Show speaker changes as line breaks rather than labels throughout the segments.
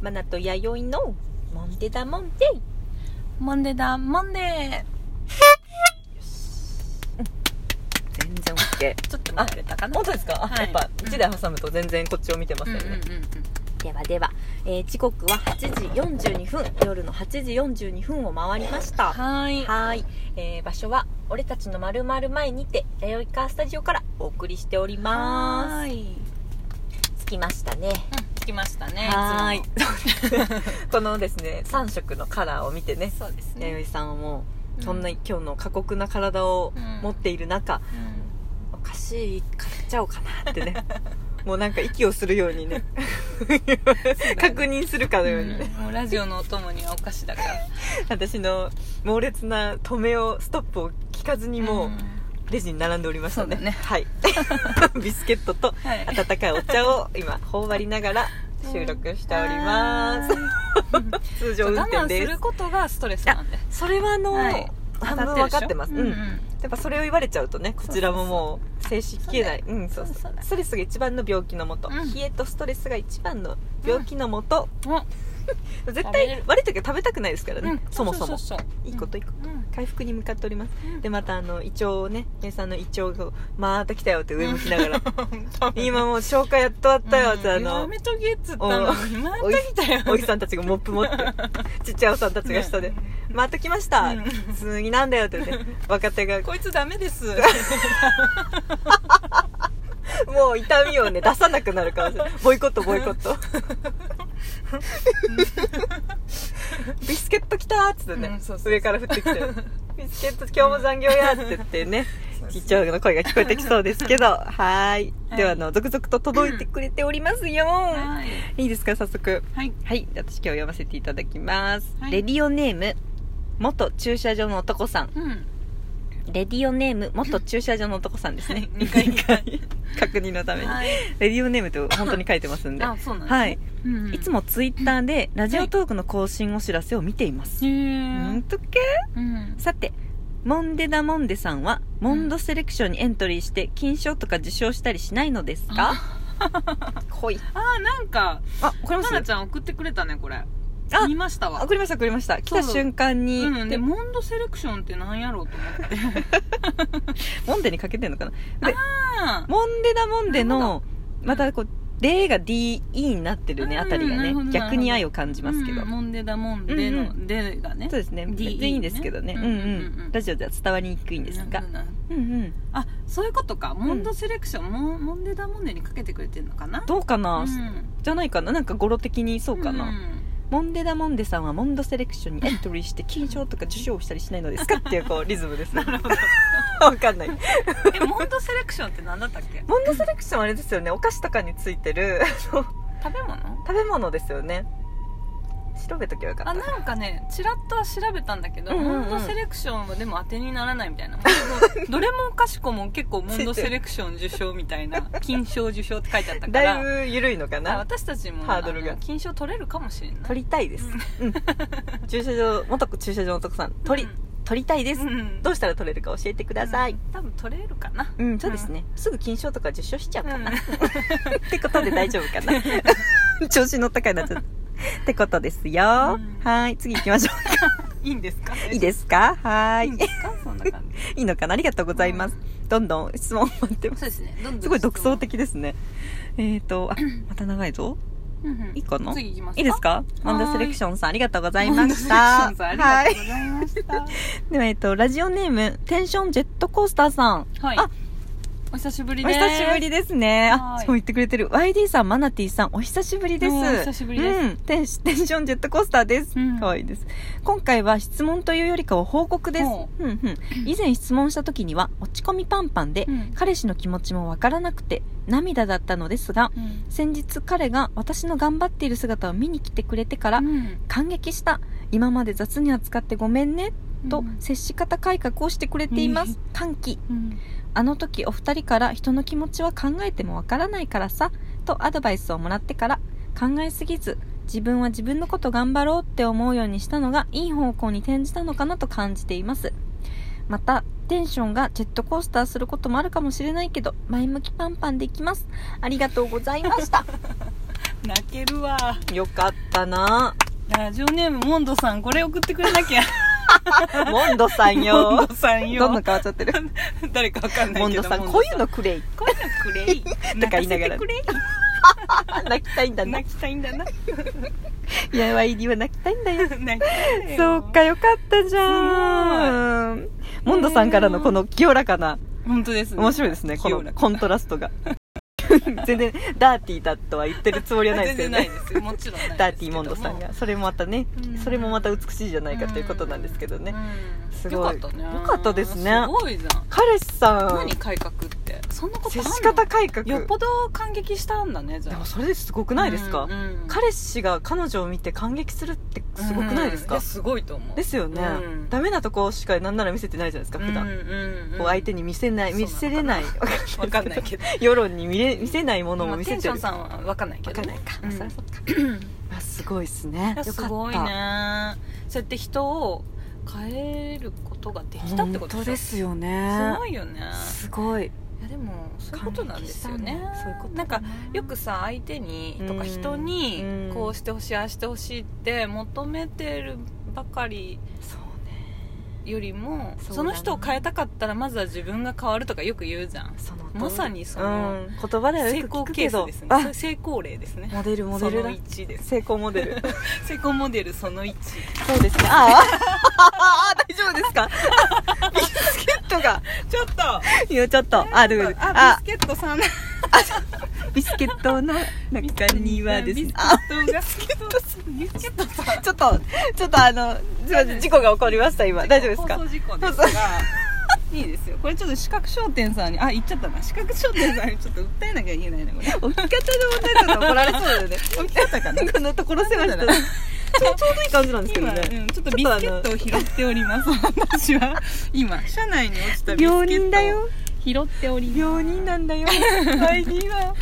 マナと弥生のモンデダモンデ
モンデーだモンデー
全然 OK
ちょっと慣れたかな
本当ですか、あ
は
や
い
っぱ1台挟むと全然こっちを見てま
う
す
ん
よ
うん
ね、
うんう
ではでは、えー時刻は8時42分夜の8時42分を回りました
んはーい
はい、えー場所は俺たちのまるまる前にて弥生カースタジオからお送りしており
は
ま
ーい
す着きましたね
うん着きましたね
はーい
つも
このですね3色のカラーを見てね
そうですね
弥生さんはも
う
うんそんな今日の過酷な体を持っている中、
うん
おかしい買っちゃおうかなって ねもうなんか息をするようにね 確認するかのようにね、
もうラジオのお供にはお菓子だから
私の猛烈な止めをストップを聞かずにもうレジに並んでおりましたね,、
そうだね
はい ビスケットと
はい
温かいお茶を今頬張りながら収録しております
はーい
通
そう
常運
我慢
転
す
で
る
す
ことがストレスなんで
それはあの、
はい
半分分かってます
当た
う
る
ん
でしょ
やっぱそれを言われちゃうとねこちらももう静止消えないうんそうそう
そうだね
ストレスが一番の病気のもと、
うん
冷えとストレスが一番の病気のもと、
うん
絶
食べれ
対
る
悪い時は食べたくないですから
うん
ね、
うん
そもそも
ううう
いいこといいこと
うん
回復に向かっております
うん
でまたあの胃腸をね姉さんの胃腸がまた来たよって上向きながら
うん
今もう消化やっとあったよってあ
うんや
の
めとけっつったのにまた来たよ
おじさんたちがモップ持 ってちっちゃいおじさんたちが下で
ね
「また来ました
うん
次なんだよ」って ね若手が
こいつダメ です
もう痛みをね出さなくなるかもしれないボイコットボイコットビスケット来たーっつって
う
ね
んそうそうそう
上から降ってきて「ビスケット今日も残業や」って言ってねちっちゃいの声が聞こえてきそうですけどはーい
はい
ではあの続々と届いてくれておりますよ
はい
いいですか早速
はい
はい私今日読ませていただきます、
はい
レディオネーム元駐車場の男さん
うん
レディオネーム元駐車場の男さんですね
二回
二回確認のために、
はい
レディオネームと本当に書いてますん で
あそうなんですね
はい、
うんうん
いつもツイッターでラジオトークの更新お知らせを見ています、
へ
ほん
ー
とけ
うん
さてモンデダモンデさんはモンドセレクションにエントリーして金賞とか受賞したりしないのですか 来い
あーなんか
あこれ
ま
も
なちゃん送ってくれたねこれ
あ
見ましたわ
送りました送りました来た
そう
瞬間に、
うん
で
でモンドセレクションってなんやろうと思って
モンデにかけてんのかな
あ
モンデダモンデ
なる
のまたこう「デー」が「DE」になってるね
うん
あたりが
なるほど
ね
なるほど
逆に愛を感じますけど、
うんモンデだモンデ
うんう
のデがね
そうですね
DE
全然いいんですけどね
ね
うんうん
うんうんうん
ラジオでは伝わりにくいんですが
なな
うんうん
あそういうことかモンドセレクション、モンモンデだモンデにかけてくれてるのかな
どうかな、
うん
じゃないかななんか語呂的にそうかな、
ん
モンデダモンデさんはモンドセレクションにエントリーして金賞とか受賞したりしないのです かっていうこうリズムですねわかんない
えモンドセレクションって何だったっけ
モンドセレクションはあれですよねお菓子とかについて るあの
食べ物
食べ物ですよね調べときゃよか
あ
った
なんかねちらっとは調べたんだけど、
うんうんうん
モンドセレクションはでも当てにならないみたい なもうどれもかしこも結構モンドセレクション受賞みた いな金賞受賞って書いてあったか
だ
ら
いぶ緩いのか
あ
な
私たちも
ハードルが
あの金賞取れるかもしれない
取りたいです、うん、駐車場元駐車場の徳さん取り、
うん
取りたいです、
うん
どうしたら取れるか教えてください、
うん多分取れるかな
うん、そうですね、すぐ金賞とか受賞しちゃうかな、ってことで大丈夫かな調子乗ったかいなちょっとってことですよ、
ん
はい次行きましょ
いいんですか
う いいですかはいい
いんですかそんな感じ
いいのかなありがとうございます、どんどん質問待ってます
そうですねどんどん
すごい独創的ですねえっ、ー、とあまた長いぞ
質問うんうん
いいかな
次いきます
いいですか
い
マンダセレクションさんありがとうござい
モン
ま
ド
し
セレクショ
た
ンさんあり
は
が
い
とうございました
では、えっと、ラジオネーム、テンションジェットコースターさん。
はい
あ
お久しぶり
お
です
久しぶりですね。あ
は、い
そう言ってくれてる。YD さん、マナティさん、お久しぶりです。
お久しぶりです
うんテンシ。テンションジェットコースターです。
うん
かわいいです。今回は質問というよりかは報告です。
ほ
うんうん以前質問した時には、落ち込みパンパンで、
うん
彼氏の気持ちもわからなくて、涙だったのですが、
うん
先日彼が私の頑張っている姿を見に来てくれてから、
うん
感激した今まで雑に扱ってごめんねと
うん
接し方改革をしてくれています、
うん
歓喜
うん
あの時お二人から人の気持ちは考えてもわからないからさとアドバイスをもらってから考えすぎず自分は自分のこと頑張ろうって思うようにしたのがいい方向に転じたのかなと感じていますまたテンションがジェットコースターすることもあるかもしれないけど前向きパンパンでいきますありがとうございました
あ泣けるわ
よかったな
ラジオネームモンドさんこれ送ってくれな きゃ
モンドさん
モン
よ
ドさん
どんど
よ
ん変わっちゃってる
誰かわかんないけど
モンドさんこういうのくれい
こういうのくれい
とか言いながら
泣せてくれい
泣きたいんだな
泣きたいんだな
やわいりは泣きたいんだよ
泣きたいよ
そうかよかったじゃんモンドさんからのこの清らかな
本当ですね
面白いですねこ
清
の
らか
コントラストが 全然ダーティーだとは言ってるつもりはないですけ
全
ど
然ない
ね
ですよもちろんないですけども
ダーティーモンドさんがそれもまたね
うん
それもまた美しいじゃないかということなんですけどね
うん
す
よ
ご
か
い
ったね
よかったですね
すごいじゃん
彼氏さん
何改革ってそんなことあ
接
んの
し方改革
よっぽど感激したんだねじゃ
で
あ
もそれですごくないですか、
うんうん
彼氏が彼女を見て感激するってすごくないです
うん
か
や、すごいと思う
ですよね、
うん
ダメなとこしかなんなら見せてないじゃないですか普
うん
段、
うんうん
こう相手に見せない
そう
見
なのかな
せれない
わかんないけど
世論に見れ見せないものも見せ
まあテン
て
ショ
る
ンさんはわかんないけ
わ
ど
かん
ね
ないか、
うん
そりゃそうか まあすごいですね
いや
よ
す
かった
ごいねそうやって人を変えることができたってこと
本当
で
で
しょ
すよね
すごいよね
すごい
いやでもそういうことなんですよね
感激したねそういうこと
なんかよくさ相手にと
う
か
ん
人に
うん
こうしてほしいああしてほしいって求めてるばかり
そうね
よりも
そうだね
その人を変えたかったらまずは自分が変わるとかよく言うじゃん
その通り
まさにその
うん言葉では
成
よく
功
聞く
ケ
け
ース
ど
ですね
あ
成功例ですね
モデルモデル
そ
だ
の1です
成功モデル
成功モデルその1
そうですねあああ 大丈夫ですかビスケットが
ちょっと
いやちょっとある
あ
あ
ビスケットさん
ビスケットの中にはです
ビ
ね
スケ
あ
ットがビスケットさんビスケットさん
ちょっとちょっとあのすいません事故が起こりました今大丈夫ですか
放送事故ですがいいですよこれちょっと視覚商店さんにあ言っちゃったな視覚商店さんにちょっと訴えなきゃいけないなこ れ
置き方の問題とか怒られそうだよね
起きたか な
このところ狭い 人ちょちょうどいい感じなんですけど
今、
ね
うん、ちょっとビスケットを拾っており ます私は今車内に落ちたビスケットを
病人だよ
拾っております
病人なん だよマイディは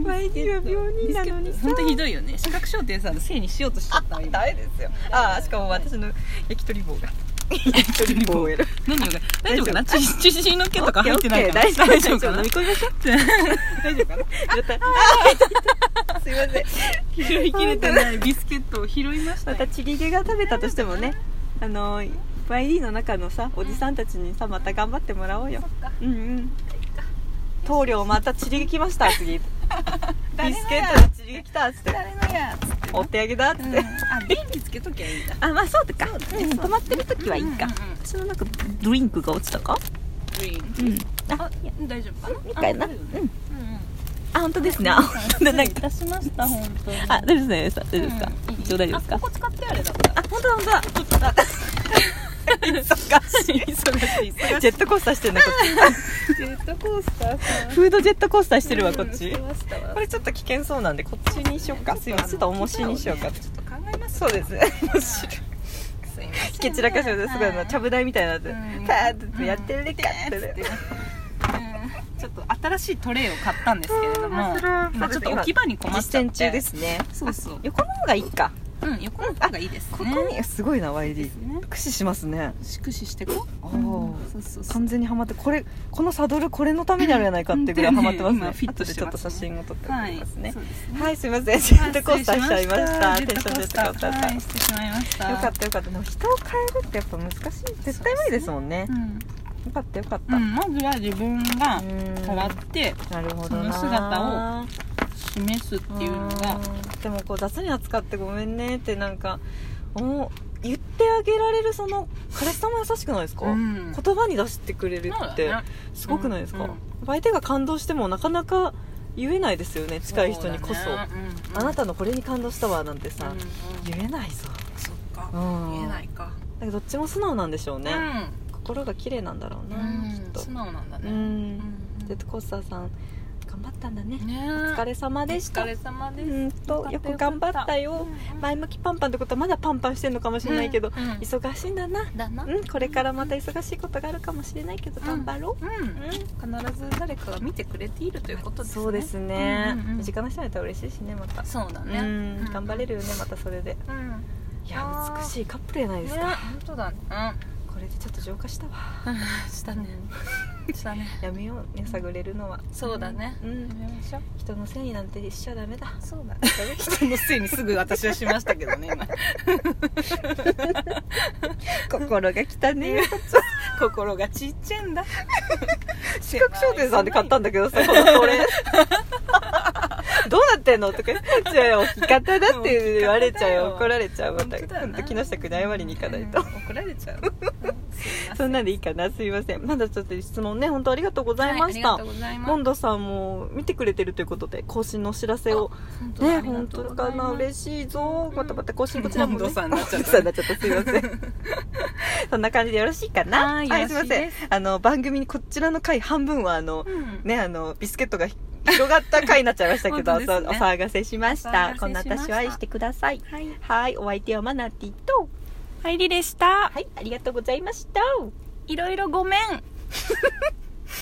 マイディは病人なのにさ
本当ひどいよね視覚商店さんのせいにしようとしちゃったわ今
ダメですよああしかも私の焼き鳥棒が焼き鳥棒が
何が大丈夫かな中心の毛とか入ってないかな
大丈夫大丈夫
かな
飲み込みましょう
大丈夫かな
またあーすいません
拾いきれてないビスケットを拾いました
ま
よ
たチリゲが食べたとしてもねあの YD の中のさおじさんたちにさまた頑張ってもらおうようんうん棟梁またチリゲ来ました 次ビスケットのチリゲ来たっつって
誰のやつって
お手上げだっつって、
うんあ電気つけときゃいいんだ
あまあそうとか
だ
う
ね
ん、
そうだ
止まってる時はいいか、
うんうんうん
私のなんかドリンクが落ちたか
グリーン
うんあ
あ大丈夫かない
いかいな
あ
うん
うんうん
あ本当ですねあ本当だなんか
出しました本当に
あ大丈夫ですね大丈夫ですか、
うんいい
一応大丈夫ですか
あここ使ってあれだっ た
あ本当だ本当だ本当だ 忙しい
忙しい忙しい
ジェットコースターしてるなこっち
ジェットコースターさ
フードジェットコースターし
して
るわこっちこ
こ
れちょっと危険そうなんでこっちにしようかすいませんちょっと重しにしようか
ちょっと考えます
そうです 面白い
すいません
蹴散らかし
は
て
い
すごいあのちゃぶ台みたいなので
うん
パーッてやってるでかってね
うんちょっと新しいトレイを買ったんですけれど
うん
も
面白い
今ちょっと置き場に困っち
実
ゃって
践中ですね
そうそう
あ横の方がいいか
うん横の方がいいですね
ここにすごいな YD
ね
駆使しますね
縮小してこう
あ
うん
ー
そうそうそう
完全にはまってこれこのサドルこれのためにあるやないかってぐらいはまってますね
うん 今フィットし
後でち
てますね
ょっと写真を撮ってお
は
き
い
ますね
そうですね
はいすいませんジェットコースターしちゃいました
あ
テ
失
ン
礼
シ
し
ョン
ま
ジェッ
し
トコース
た
ター
はいしてしまいました
よかったよかったでも人を変えるってやっぱ難しい絶対無理ですもんね
うん
よかったよかっ
う
た、
んまずは自分が
うん
変わって
なるほどな
その姿を示すっていうのが
うんでもこう雑に扱ってごめんねってなんか思う言ってあげられるその彼氏さんも優しくないですか、
うん
言葉に出してくれる
そう
っ
だ
て
ね
すごくないですか、
うんうん
相手が感動してもなかなか言えないですよね近い人にこそ、
うだねうん
あなたのこれに感動したわなんてさ、
うんうん
言えないぞ、
そっ
う
か
ん、
言えないいか
だけどどっちも素直なんでしょうね、
う
心が綺麗なんだろうな、きっ
ん
と
素直なんだ
う
ね
ん、
うん
ジェットコースターさん頑張ったんだね、
ね
お疲れ様
お
でした
疲れ様で
う
す
んとよ
よかっ
く
た
頑張った
よ
よ
かったうん
前向きパンパンってことはまだパンパンしてんのかもしれないけど、
うんうん
忙しいんだな
だな
うんこれからまた忙しいことがあるかもしれないけど頑張ろう、
うん必ず誰かが見てくれているということですね
そうですね、
うんうんうん
身近な人にいたら嬉しいしねまた
そうだ
う
ね
ん
うん
頑張れるよねまたそれで
うん
いや
あー
美しいカップルやない
ね
ですか、
本当だね
これでちょっと浄化したわ
うんしたねしたね
やめようね探れるのは
そうだね
う
や
ん
めましょう
人のせいになんてしちゃダメだ
そうだ 人のせいにすぐ私はしましたけどね今
心がきたね
心がちっちゃいんだ
視覚商店さんで買ったんだけ どさこのこれどうなってんのとか言ってじゃあ置き方だって言われちゃうよ
置き
怒
方だよ
られちゃうまた
本当だ
今
よな
度木下君に謝りに行かないと
うん 怒られちゃううんすいませ
そ
ん
んなんでいいかなすいませんまだちょっと質問ね本当ありがとうございました、
はありがとうございます
モンドさんも見てくれてるということで更新のお知らせを
本当だ
ね
ありが
本
とう
当
ござ
か
いま
な
す
嬉しいぞ
うん
またまた更新こちらも、ね、
モンドさ んになっちゃ
モン
ったね
ドさんになっちゃったすいませ んそんな感じでよろしいかな
は
す
い
いま
よろしい
せん
です
あの番組にこちらの回半分はあの
うん
ねあのビスケットがひ広がった回になっちゃいましたけど、
本当ですね
そうお騒がせしまし
お騒
た
がせしました
こんな私を愛してください
はい
はいお相手はマナティと
はいりでした
はいありがとうございました
いろいろごめん